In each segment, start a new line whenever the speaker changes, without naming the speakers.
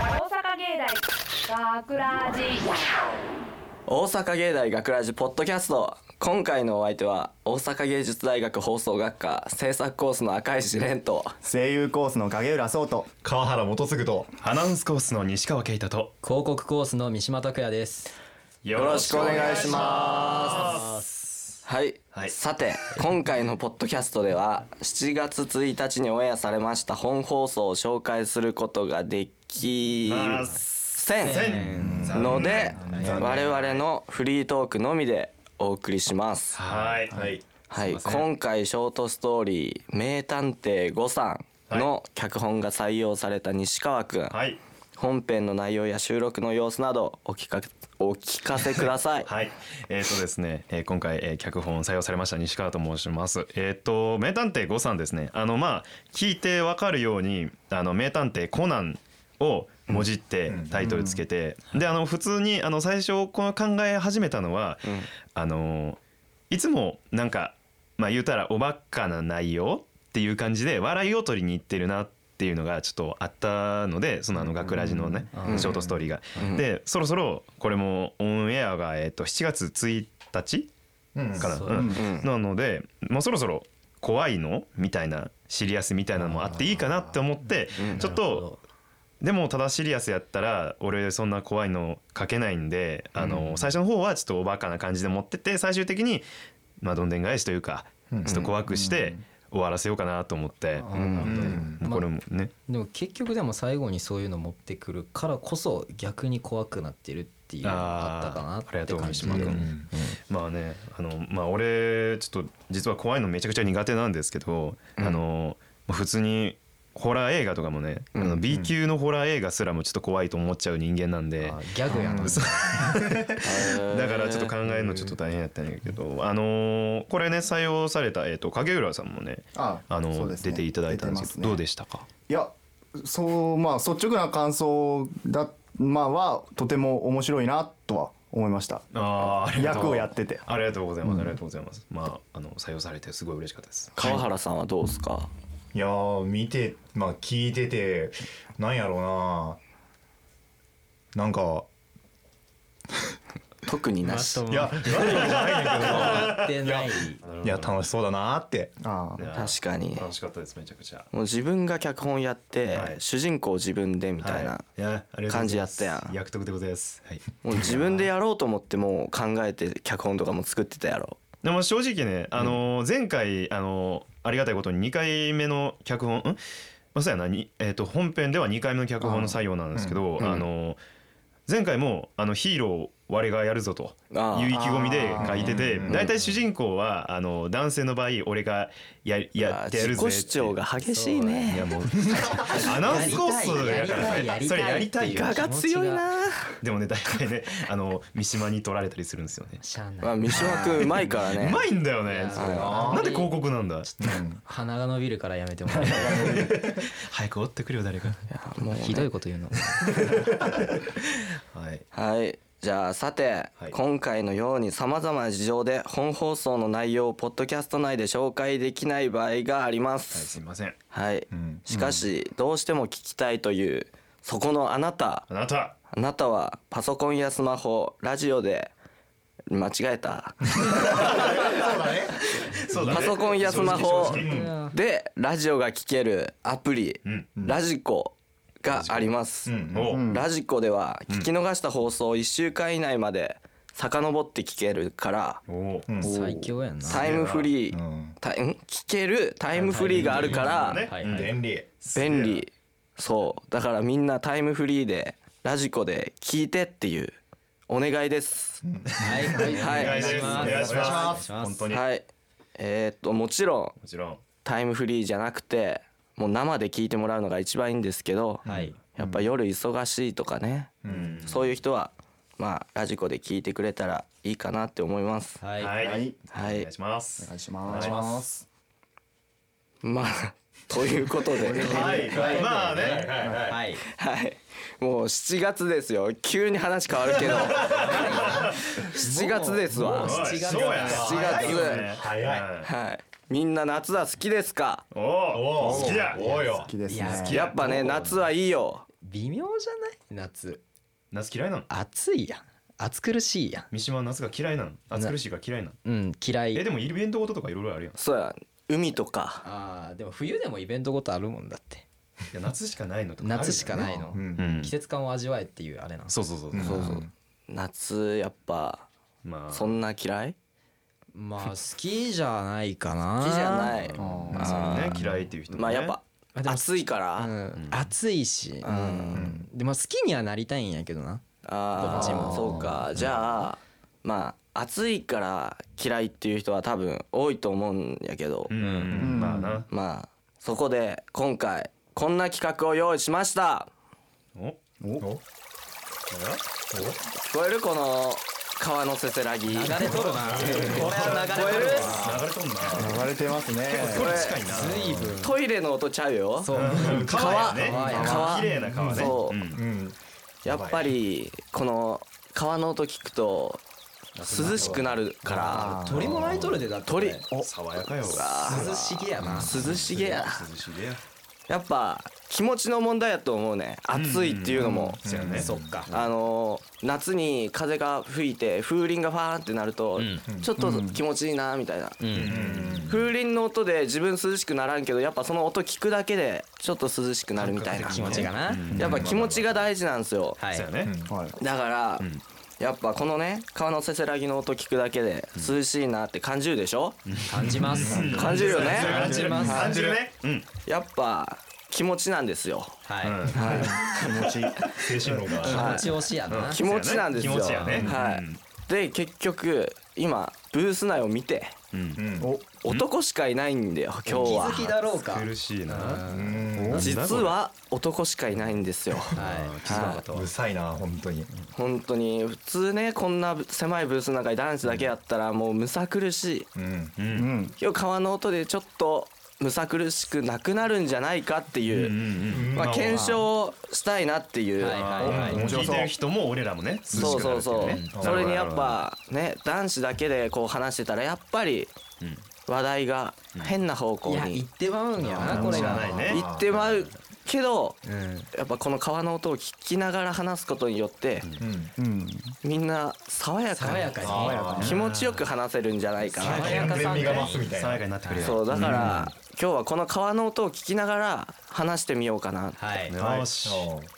芸大学ラジ
大阪芸大学ラジポッドキャスト今回のお相手は大阪芸術大学放送学科制作コースの赤石蓮と
声優コースの影浦壮と
川原元次とアナウンスコースの西川圭太と
広告コースの三島拓也です。
よ
よ
ろしくお願いしますはい、
はい
さて今回のポッドキャストでは7月1日にオンエアされました本放送を紹介することができませんので我々のフリートークのみでお送りします
はいはい
はい、今回ショートストーリー「名探偵五さん」の脚本が採用された西川くん、
はい
本編の内容や収録の様子などお聞かお聞かせください
はいえっ、とですね、えー、今回、えー、脚本採用されました西川と申しますえっ、と名探偵五さんですねあのまあ聞いてわかるようにあの名探偵コナンをもじってタイトルつけて、であの普通にあの最初この考え始めたのは、あのいつもなんかまあ言うたらおばっかな内容っていう感じで笑いを取りに行ってるなっていうのがちょっとあったのでそのあの学ラジのねショートストーリーが。でそろそろこれもオンエアがえっと7月1日かな、
そう
うん
うん
なのでもうそろそろ怖いのみたいなシリアスみたいなのもあっていいかなって思ってちょっとでもただシリアスやったら俺そんな怖いの書けないんであの最初の方はちょっとおバカな感じで持ってって最終的にまあどんでん返しというかちょっと怖くして終わらせようかなと思ってもうこれもね
でも結局でも最後にそういうの持ってくるからこそ逆に怖くなってるっていうのがあったかな
あーありが
っ
と
て
うござい
感
ます
じで。
まあねあのまあ俺ちょっと実は怖いのめちゃくちゃ苦手なんですけど、あのまあ普通にホラー映画とかもね、あの B 級のホラー映画すらもちょっと怖いと思っちゃう人間なんで、
あーギャグやな。
そうだ
だ
からちょっと考えるのちょっと大変やったんやけど、あのこれね採用された、えっと影浦さんもね
あそ
あの、
うですね
出ていただいたんで
出
すけど
てますね
どうでしたか
いやそうまあ率直な感想だまあはとても面白いなとは思いました
あーありがとう
役をやってて
ありがとうございます、ありがとうございますまああの採用されてすごい嬉しかったです
川原さんはどうですか
いやー見てまあ聞いててなんやろうななんか
特になし
まとも
いや
やってない。
いや楽しそうだなーって
あ
い
あ
や
確かに
楽しかったですめちゃくちゃ
もう自分が脚本やって、
はい
主人公自分でみたいな、
はいやありがとうございます
感じやったやん
約束でございます、はい、
もう自分でやろうと思ってもう考えて脚本とかも作ってたやろ
でも正直ね、あのー前回、あのーありがたいことに2回目の脚本んまあそうやなに、えー、と本編では2回目の脚本の採用なんですけどあ、のー前回もあのヒーロー我がやるぞという
ああ
意気込みで書いてて大体主人公はあの男性の場合俺がやや
あ
って
自
やる
己
ぜって
主張が激しいね
いやもう アナウンスコースやから
やりたいやりたい
それやりたいよ
や
画
りた
が強いな
でもね大体ねあの三島に取られたりするんですよね
しゃあ
ま
な
あ、
い。
三島君うまいからね
うまいんだよね
そう
なんで広告なんだ
鼻が伸びるからやめてもらえない
早く追ってくるよ誰か
もうね
ひどいこと言うの。
はい
はいじゃあさて、
はい
今回のようにさまざまな事情で本放送の内容をポッドキャスト内で紹介できない場合がありま
はい
す
すいません
はい、
ん
しかし、どうしても聞きたいというそこのあなた
あなた
あなたはパソコンやスマホラジオで間違えた
そう
パソコンやスマホ
直
でラジオが聴けるアプリ、
ん
ラジコがあります、
お
ラジコでは聞き逃した放送を1週間以内まで遡って聞けるから
お
ん
最強やな。
タイムフリー、
ん
タイん聞けるタイムフリーがあるから
ね
はいはい。
便利
便利そうだからみんなタイムフリーでラジコで聞いてっていうお願いです
はい
はい
お願いし
お
ま
願いし
す
ます
お願いし本当にも
はいえーっともちろん
ちろん
タイムフリーじゃなくてもう生で聞いてもらうのが一番いいんですけど、
はい
やっぱ夜忙しいとかね、そういう人はまあラジコで聞いてくれたらいいかなって思います。
はい。
はい
は
はいい
はい
お願いします
お願いします
まあということで、
はいまあね
はい。
はい、もう7月ですよ急に話変わるけど7月ですわ
お
もう
い
7月
そうや
7月
早い
はい、みんな夏は好きですか
おお好きだ
おうよ
好きです
いや
ね
やっぱね夏はいいよ
微妙じゃない夏
夏嫌いなの
暑いやん暑苦しいや
三島は夏が嫌いなの暑苦しいが嫌いなの
んうん嫌い
えでもイベントごととかいろいろあるやんい
そうや海とか
あーでも冬でもイベントごとあるもんだって
や夏しかないのとかあるよね
夏しかないの、
うん
うん
季節感を味わえっていうあれなの
そうそうそう
そうそう夏やっぱ
まあ
そんな嫌い
まあ好きじゃないかな
好きじゃない
まあそうね嫌いっていう人もね
まあやっぱ
あでも
暑いか
う
ら
ん、暑いし、うんでまあ好きにはなりたいんやけどな
あ
どっち
あ
も
そうかじゃあまあ暑いから嫌いっていう人は多分多いと思うんやけど
うんうんまあな
まあそこで今回こんな企画を用意しました
お
お
聞こえるこの川のせせらぎ流れとるなこれは流れ
流れとんな
流れてますね
これ
近いな
随分
トイレの音ちゃうよ
そう
川やね
川や
川
綺麗な川ね
そう
うん
うん
やっぱりこの川の音聞くと涼しくなるから
鳥も鳴いとるでだって
鳥
爽やかよ
涼しげやな
涼しげや
涼しげや
やっぱ気持ちの問題やと思うね暑いっていうのも
そうやね
そっか
あのー夏に風が吹いて風鈴がファーンってなるとちょっと気持ちいいなみたいな風鈴の音で自分涼しくならんけどやっぱその音聞くだけでちょっと涼しくなるみたいな
気持ちがな、
やっぱ気持ちが大事なんですよ
はい
そうやね
はい
だから、やっぱこのね川のせせらぎの音聞くだけで涼しいなって感じるでしょ、
感じます
感じるよね
感じる
感じます
感じるねうん
やっぱ気持ちなんですよ
はい、
精神論が
気持ち押しやな、
気持ちなんですよ、
気持ちやね
はい、で結局今ブース内を見て
お
男しかいないんだよ今日
気
は
づきだろうか
苦しいな
実は男しかいないんですよ
はい
気づかなかったわ
うるさいな本当に
本当に普通ねこんな狭いブースの中に男子だけやったらもうむさ苦しい
うん
うん
今日川の音でちょっとむさ苦しくなくなるんじゃないかっていう、まあ、検証したいなっていう、
はいはいはい
面白そう聞いてる人も俺らもね涼
そう
しくな
そ
る
う
っていう
そう、
ね
それにやっぱね男子だけでこう話してたらやっぱり話題が変な方向
いや
に
言ってまうんやなこれが
ないね
行ってまうけど
うん
やっぱこの川の音を聞きながら話すことによって
うん
みんな爽やか
爽
に
やかに
気持ちよく話せるんじゃないかな
爽やかさ
全味が増すみたい
爽やか
な
になってくれよ
そうだから今日はこの川の音を聞きながら話してみようかな
はい
よし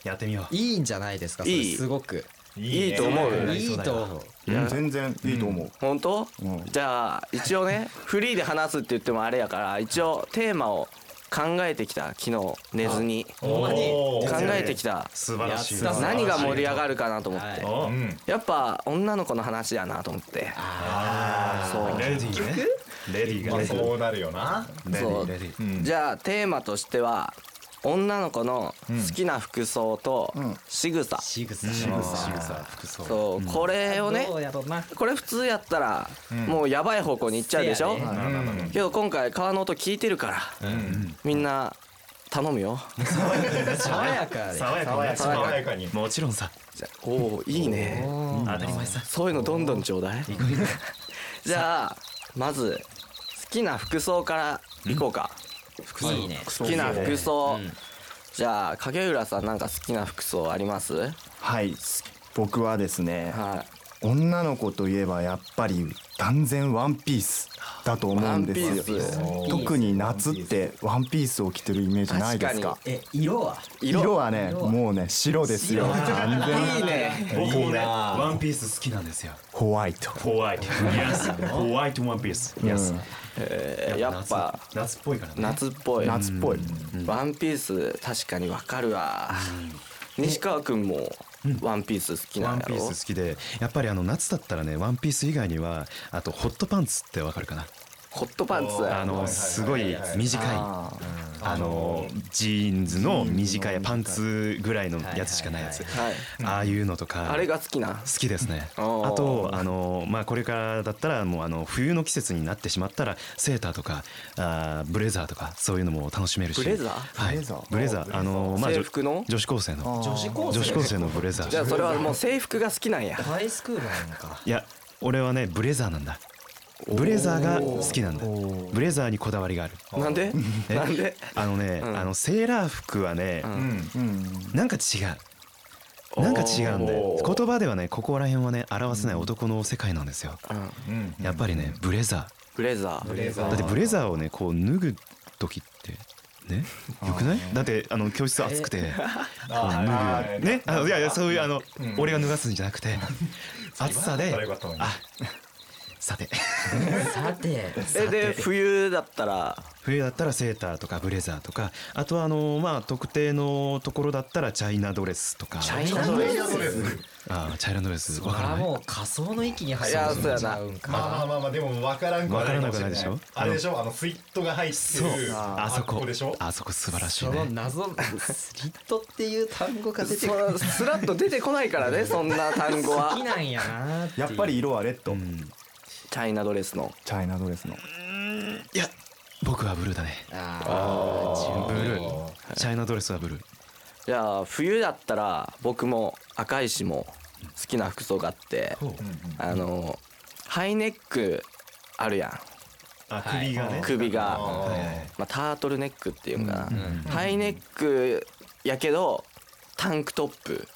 やってみよう
いいんじゃないですかそれ
いい
すごく
いいと思う
いいと思う
うん全然いいと思う
本当
うん
じゃあ一応ね フリーで話すって言ってもあれやから一応テーマを考えてきた昨日寝ずに考
ほんまに
おー
えてきた
素晴らしい
やったな
何が盛り上がるかなと思っ
は
て
い
お
うん
やっぱ女の子の話やなと思ってそう
レディーねレディー
ま
が
あ
ね
そうなるよな
レディ
そう
ーレディー
うん
じゃあテーマとしては女の子の好きな服装と
ん
仕草
仕草仕草
服装
そうこれをね
どうやろうな
これ普通やったらもうやばい方向に行っちゃうでしょ
せやね
けど今回川の音聞いてるからみんな頼む よ
爽やかで
爽やかね
爽やかに
もちろんさ
おおいいね
当たり前さ
そういうのどんどんちょう だいじゃあまず好きな服装からいこうか
いいね
好きな服装じゃあ影浦さんなんか好きな服装あります
はい僕はですね
は
女の子といえばやっぱり断然ワンピースだと思うんですよ
ワンピ
ース
特に夏ってワンピースを着てるイメージないですか
確
え色はい
色はねもうね白ですよ完全
いいね
僕もねワンピース好きなんですよ
ホワイト
ホワイト Yes ホワイトワンピース Yes
やっぱ
夏夏っぽいからね
夏っぽい
夏っぽい
ワンピース確かにわかるわ西川くんもワンピース好き
ワ
なん
ン
や
ピ
ろ
ース好きでやっぱりあの夏だったらねワンピース以外にはあとホットパンツってわかるかな
ホットパンツ
あのすごい短い
あ
あのジーンズの短いパンツぐらいのやつしかないやつ
はい
ああいうのとか
あれが好きな
好きですねあ
おー
とあの、まあ、これからだったらもうあの冬の季節になってしまったらセーターとかあーブレザーとかそういうのも楽しめるし
ブレザー
はい、
ブ
ブ
レ
レ
ザー
ザーブレザーあの、まあ、
制服の
女子高生の
女
子高生
女子高生のブレザ
じゃあ
ー
それはもう制服が好きなんや
ハイスクールなのか
いや俺はねブレザーなんだブレザーが好きなんだブレザーにこだわりがある
なんで
え
なんで
あのね、
うん
あのセーラー服はね、
うん
うん
うん
なんか違うなんか違うんで
おー
言葉ではねここら辺はね表せない男の世界なんですよ
うん
うん
やっぱりねブレザ
ブレザー
レ
ーだってブレザーをねこう脱ぐ時ってねよくないだってあの教室暑くてこう
あ
脱
ー
ぐねあのいやいやそういうあの
うん
俺が脱がすんじゃなくて暑さ
今
で
だったらよかったのに
あさて
さて
えで冬だったら
冬だったらセーターとかブレザーとかあとはあのまあ特定のところだったらチャイナドレスとか
チャイナ
ナ
ド
ド
レ
レ
ス
ス
あーチャイナドレス
そ
わ
れ
から
は
ない
もう仮想の域に入る
いやそうやな
うんか
まあまあまあまあでも分からんくはないか
分からな
もしれない
くはないでしょ
あれでしょあのスイットが入って
そう
る
あそこ
でしょ
あそこ素晴らしい
その
ね
謎スリットっていう単語が出て
そ
くる
のスラッと出てこないから ねそんな単語
好
は
きなんやなーていう
やっぱり色はレッド、
うん
チャイナドレスの
チャイナドレスの
いや僕はブルーだね
あー
ブ
自分
ルーチャイナドレスはブルー
じゃあ冬だったら僕も赤石も好きな服装があって
うんうん
あのハイネックあるやん
あ
は
首
い
がね
首が、
あー
まあ、タートルネックっていうんかな、
うん
ハイネックやけどタンクトップ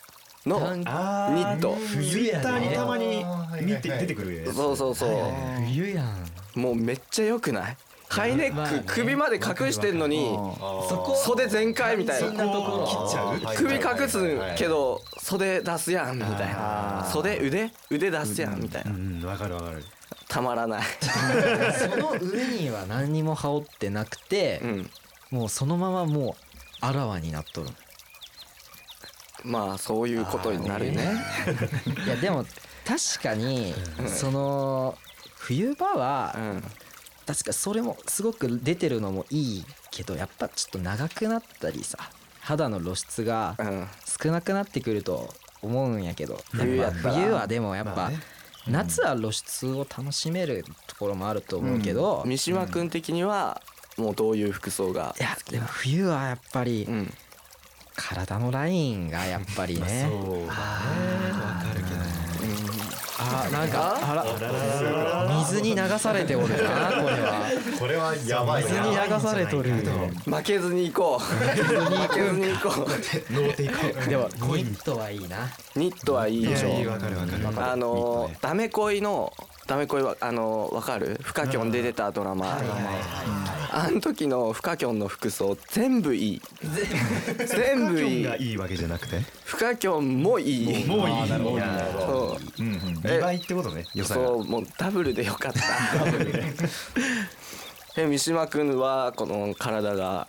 の
タンク
あー
ニット
冬やねツイッターにたまに見て
あーはいはいはい
出てくるやつ
そうそうそう、
冬やん
もうめっちゃ良くないハイネ
まあ
ッ
ね
ク首まで隠してんのに
あ
あー
そこ
袖全開みたい
そんな
な
ところ
切っちゃう
あー
首隠すけ
は
ど袖出すやんみたいな
あー
袖腕腕出すやんみたい
うん
な
うんわかるわかる
たまらない
その上には何にも羽織ってなくて
う、ん
もうそのままもうあらわになっとる
まあそういうことになるね
いやでも確かにその冬場
う
は
ん
確かそれもすごく出てるのもいいけどやっぱちょっと長くなったりさ肌の露出が
うん
少なくなってくると思うんやけど
冬や
やっ
った
ぱ
ら
冬はでもやっ
まあ
ぱ
ね
夏は露出を楽しめるところもあると思うけどい
三島君的にはもうどういう服装が
やでも冬はやっぱり
うん
体のラインがやっぱりね
そうだねわかるけど
あなんかあら水に流されておるなこれはい
これはやばい
水に流されとる
負けずに行こう負けずに行こ
乗っていこう
でもニットはいいな
うニットはいいでし
いやいい
ょ
わかるわかる
あのダメ恋のダメ恋はあのわかるフカキョンで出たドラマあの時のフカキョンの服装全部いい全部いい
がいいわけじゃなくて
フカキョンもいい
もういい
なるほどなるほ
そ
どうんうん
え
2倍ってことね
う
良さが
そうもうダブルでよかったえ三島君はこの体が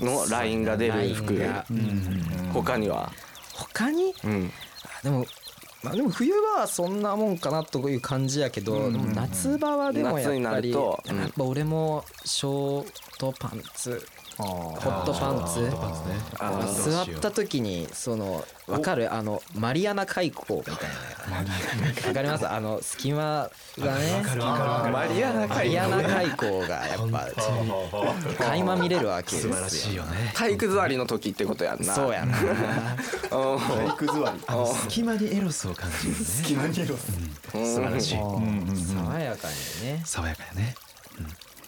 のラインが出る服
ラインが
他には
他に
うん
あでもまあでも冬場はそんなもんかなという感じやけど、でも夏場はでもや
夏に
っ
な
ぱり
るとうん
やっぱ俺もショートパンツ
あ
ホットパンツ
あー
座った時にそのわかるあのマリアナ海溝みたいなわかりますあの隙間がね
マリアナ
マ
海
リ
溝
アナ海溝がやっぱ垣間見れるわけです
素
よ
晴らしいよね
体育座りの時ってことやんな
そうやな
うん
体育座り
あ
隙間にエロスを感じるよね素
気に色
素
晴らしい
うんうん
爽やかにね
爽やかやね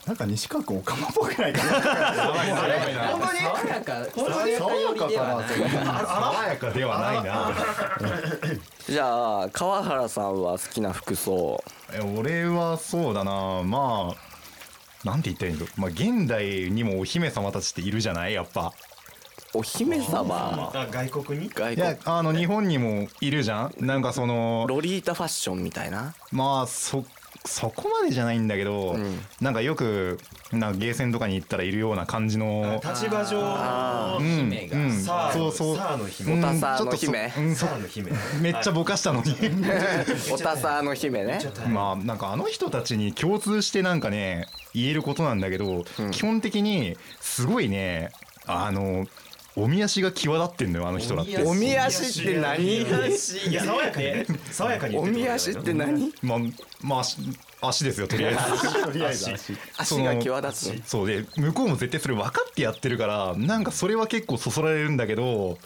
なんか西川君オカマっぽくないか
本当に爽やか爽やかよりではない
爽やかではないな
じゃあ川原さんは好きな服装
え俺はそうだなまあなんて言ったらいいんだろうまあ現代にもお姫様たちっているじゃないやっぱ
お姫様
外国に
外
いや
国
あの日本にもいるじゃんなんかその
ロリータファッションみたいな
まあそそこまでじゃないんだけど、
うん
なんかよくなんかゲーセンとかに行ったらいるような感じの
立場上
あ
の
うん
姫が
うん
サー
そ
の
うそう
サーの
う
姫
ん
おたさ
ちょっ
の
とそ
姫
うんそ
サーの姫
めっちゃぼかしたのに
おたさの姫ね
まあなんかあの人たちに共通してなんかね言えることなんだけど、
うん
基本的にすごいねあのおみ足が際立ってんのよあの人らって
おみ足って何
いや爽やかにね爽やかに
おみ足って何
まあまあ足足ですよとりあえず
とりあえず足
足が際立つの
そうで向こうも絶対それ分かってやってるからなんかそれは結構そそられるんだけど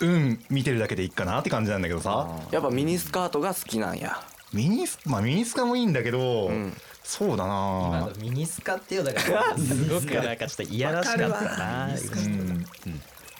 うん見てるだけでいいかなって感じなんだけどさ
やっぱミニスカートが好きなんや
ミニスまあミニスカもいいんだけど、そうだ
今の
な
ミニスカってよだからすごくなんかちょっといやらしかったな
うん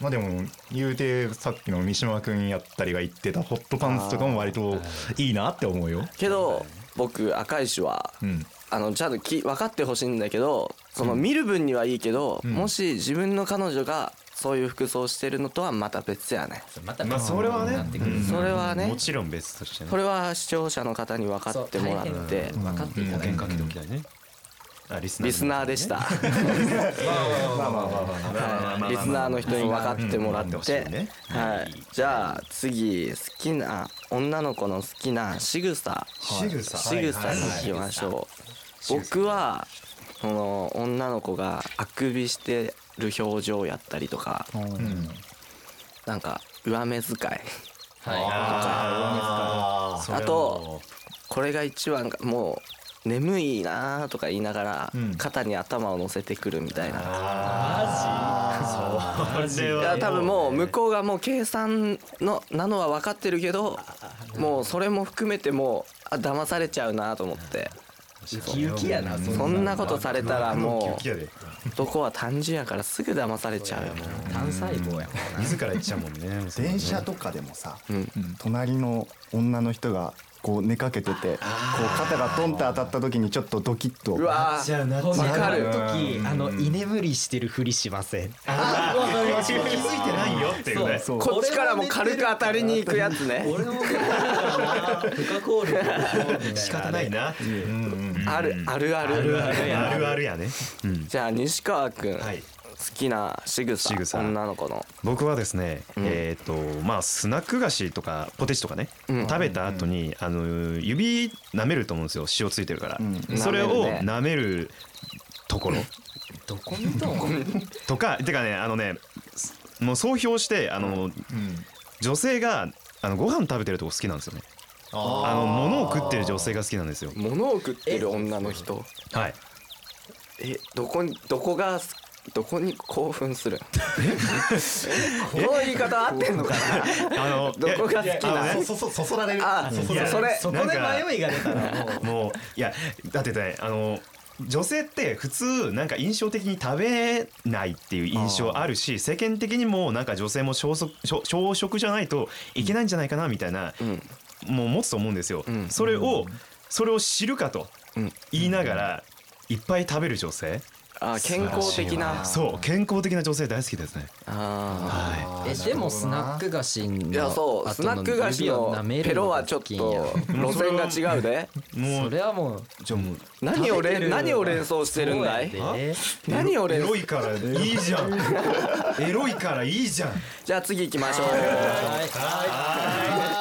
まあでも言うてさっきの三島君やったりが言ってたホットパンツとかも割といいなって思うよ。
けど僕赤石は、
うん
あのちゃんとき分かってほしいんだけどその見る分にはいいけど、もし自分の彼女がそういう服装してるのとはまた別やね、
また
まあそれはね
なってくる
それはね
もちろん別としてね
これは視聴者の方に分かってもらっ
そう大
て
変分かっていただいて
かけておきたいねあリスナー
リスナーでした、はいリスナーの人に分かってもらっ
うん分かっ
て
てほしいね
はいじゃあ次好きな女の子の好きな仕草
仕草
仕草に行きましょう僕はその女の子があくびしてる表情やったりとかなんか上目遣い
あ
あとこれが一番かもう眠いなーとか言いながら肩に頭を乗せてくるみたいな、
あそれ
いや
は
多分もう向こうがもう計算のなのは分かってるけどもうそれも含めてもうあ騙されちゃうなと思って
ウキウキやなそ
そんなことされたらも
いやで
う男は単純やからすぐ騙されちゃうよ
単細胞や
自ら言っちゃうもんね
電車とかでもさ、
ん
隣の女の人がこう寝かけててこう肩がトンって当たった時にちょっとドキッと
うわー
ゃあな
わ
わか
か
る
る時あの居眠りしてるふりしません
気づいてないよっていうね
そう
こっちからも軽く当たりに行くやつね
俺も不可抗力
仕方ないな
あるあるある
あるあるやね
じゃあ西川君、
はい
好きな仕草
仕草
女の子の
僕はですね、えっ、とまあスナック菓子とかポテチとかね、
うん
食べた後にあの指舐めると思うんですよ塩ついてるから、
ん
それを
舐めるね
舐めると ころ
どこ見とん
とかてかねあのねすもう総評してあの、女性があのご飯食べてるとこ好きなんですよねあの物を食ってる女性が好きなんですよ
物を食ってる女の人
はい
えどこにどこがすどこに興奮する この言い方合ってんのか
あの
などこが好きな
あそそそそられる。
あ
そそ
いや
られ
そ
る。
れ
そこで迷いが出たらもう
もういやだってねあの女性って普通なんか印象的に食べないっていう印象あるし世間的にもなんか女性も消息消消食じゃないといけないんじゃないかなみたいな、
ん
もう持つと思うんですよ、
ん
それをそれを知るかと
ん
言いながらいっぱい食べる女性
あ健康的な
そう健康的な女性大好きですね
あ
は
えでもスナック菓子の
ーいやそうスナック菓子のペロはちょっと路線が違うで
いも
そうれはもう
じゃあもう
何を
食べて
連
る
何を連想してるんだい
そうやで
何を
エ
連
ロ
想
いからいいじゃ んエロいからいいじゃん
じゃあ次行きましょう
はい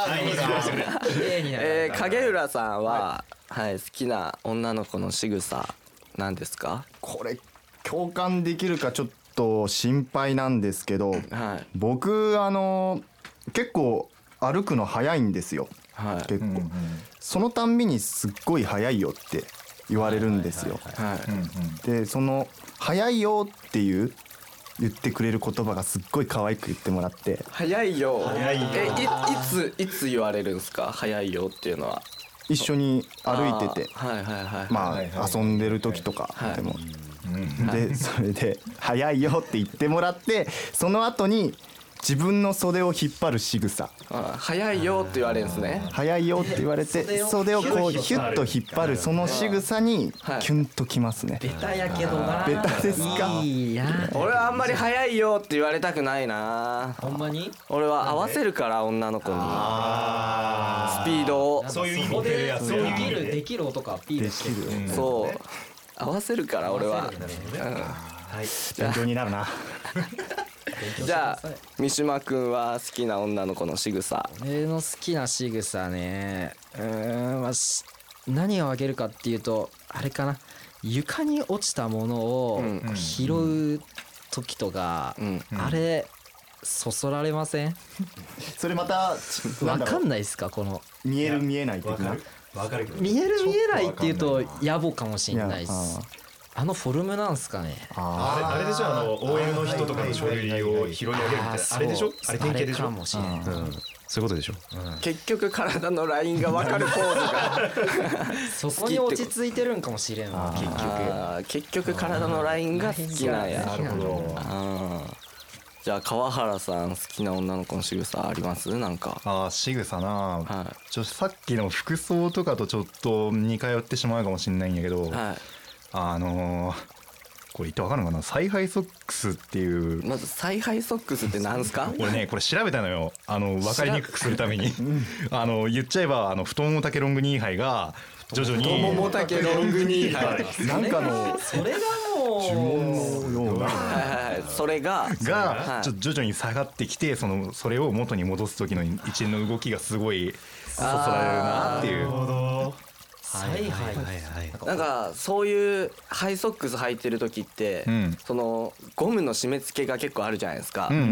はい綺麗にな
え
る
ー、影浦さんは、はい好きな女の子の仕草なんですか
これ共感できるかちょっと心配なんですけど
はい
僕あの結構歩くの早いんですよ
はい
結構そのたんびにすっごい早いよって言われるんですよ
はい、
でその「早いよ」っていう言ってくれる言葉がすっごい可愛く言ってもらって
早いよ早いよえいいついつ言われるんですか早いよっていうのは
一緒に歩いてて
あーはいはいはい、
まあ遊んでる時とかでも、でそれで「早いよ」って言ってもらってその後に自分の袖を引っ張る仕草
あー早いよって言われるんですね
早いよって言われて袖をこうヒュッと引っ張るその仕草に
はい
キュンときますね。
ベタやけどな
ベタですか
いいや
俺はあんまり早いよって言われたくないな
ほんまに
俺は合わせるから女の子にスピードを
そういう意
ここ
味
で
で
で
そういう意
き
味
る
で
できる男アピールしてる
そう合わせるから俺は
勉強になるな。
じゃあ三島君は好きな女の子の仕草
俺の好きな仕草ねうーんまあし何をあげるかっていうとあれかな床に落ちたものを拾う時とか、
ん
あれそそられません
それまたな
わ
んだ
か
ろうん
ないっすかこの
見える見えない的
わか
な
るわかるけど
見える見えないっていうと野暮かもしんないっ
いや
すあのフォルムなんすかね
あれあれでしょあの OL の人とかの書類を拾い上げるみたいなあれでしょあれ典型でし
あれか
ょ
もしれな
う
い
んそういうことでしょ
結局体のラインが分かるポーズが
そこに落ち着いてるんかもしれんわ結局
あー結局体のラインが好きなんや
なるほど
あーじゃあ川原さん好きな女の子の仕草ありますなんか
ああ仕草な、
は
ちょさっきの服装とかとちょっと似通ってしまうかもしれないんやけど、
いは
あのーこれ言ってわかるのかな采配ソックスっていう
いまず采配ソックスってなんすか
俺ねこれ調べたのよあの分かりにくくするためにあの言っちゃえばあの太もも丈ロングニーハイが徐々に
丈ロングニーはい
なんかの
それがもう
呪文のような
はいはいそれがは
が
い
ちょっと徐々に下がってきてそのそれを元に戻す時の一連の動きがすごいそそられるなっていう
はいはい
なんかそういうハイソックス履いてる時って、
うん
そのゴムの締め付けが結構あるじゃないですか、
うんうんう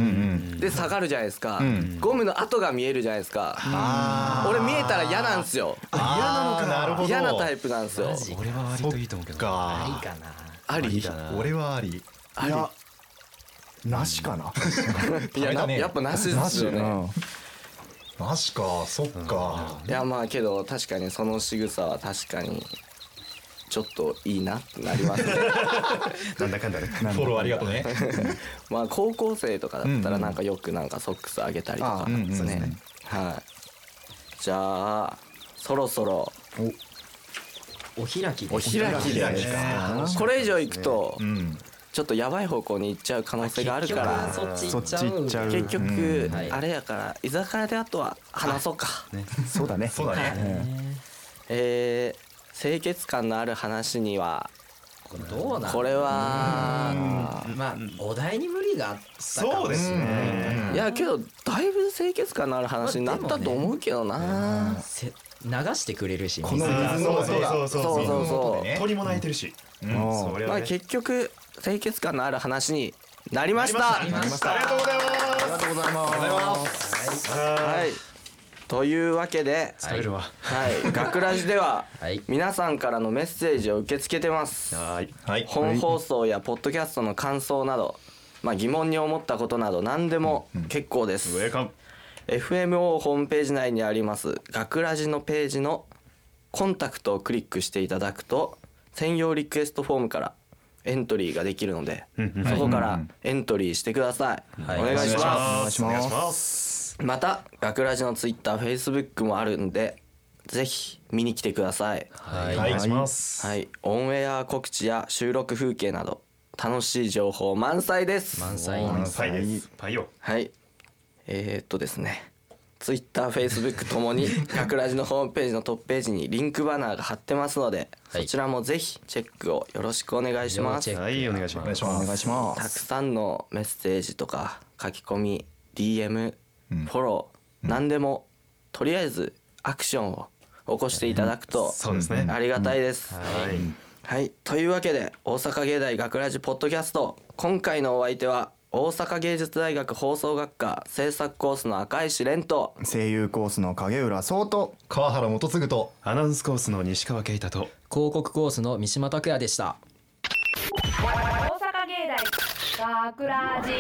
ん
で下がるじゃないですか、
ん
ゴムの跡が見えるじゃないですか、俺見えたら嫌なんですよ
あーなるほど
嫌なタイプなんですよ
俺は割といいと思うけど
か
いいかな
あり
俺はあり
あり
いやなしかな、
いやなやっぱなしですよね、
マジかそっか
いやまあけど確かにその仕草は確かにちょっといいなってなりますね
なんだかんだで
フォローありがとうね
まあ高校生とかだった
うんう
ら
ん
なんかよくなんかソックスあげたりと
あ
か
ー
うんうん
ですねはいじゃあそろそろ
お開き
お開きでこれ以上いくと
うん
ちょっとやばい方向に行っちゃう可能性があるから
そっち
そ
行
っ
っ
ち
ち
行っち
ゃ
ゃ
う
う
結局
うんはい
あれやから居酒屋であとは話そうか
そうだね
そうだね
えー清潔感のある話には
これどうなの
これは
まあお題に無理があったかも
そうですね
いやけどだいぶ清潔感のある話になったと思うけどな
せ流してくれるし
この
水が
水の音が
そうそう
そう
そう
そうそ
ね
鳥も鳴いてるし
うん
それ
うま
は
あ
ね
結局清潔感のある話になりました
なりましたありがとうございます
ありがとうございます
はいというわけで
食べるわ
はい、学ラジでは
はい
皆さんからのメッセージを受け付けてます
はい
はい
本放送やポッドキャストの感想など、まあ、疑問に思ったことなど何でも結構です、
ウェルカム
FMO ホームページ内にあります「学ラジ」のページのコンタクトをクリックしていただくと専用リクエストフォームからエントリーができるのでそこからエントリーしてください、
はい
お願いします
お願いします
また学ラジのツイッターフェイスブックもあるんでぜひ見に来てください、
は
お
い
願いします
はい、オンエア告知や収録風景など楽しい情報満載です
満載
はいですパイよ
はいえー、っとですねツイッター、フェイスブックとも に学ラジのホームページのトップページにリンクバナーが貼ってますので、
はい
そちらもぜひチェックをよろしくお願いしま
要チ
す
ェック
はいお願いし
お願
ま
い
す
しま
お
す
願いしま
たく
す
さんのメッセージとか書き込み DM、フォロー何でもとりあえずアクションを起こしていただくと
そうですね
ありがたいです、
はい
はい、というわけで大阪芸大学ラジポッドキャスト今回のお相手は大阪芸術大学放送学科制作コースの赤石蓮と
声優コースの影浦壮と
川原元次と
アナウンスコースの西川圭太と
広告コースの三島拓也でした
大阪芸大学ラジ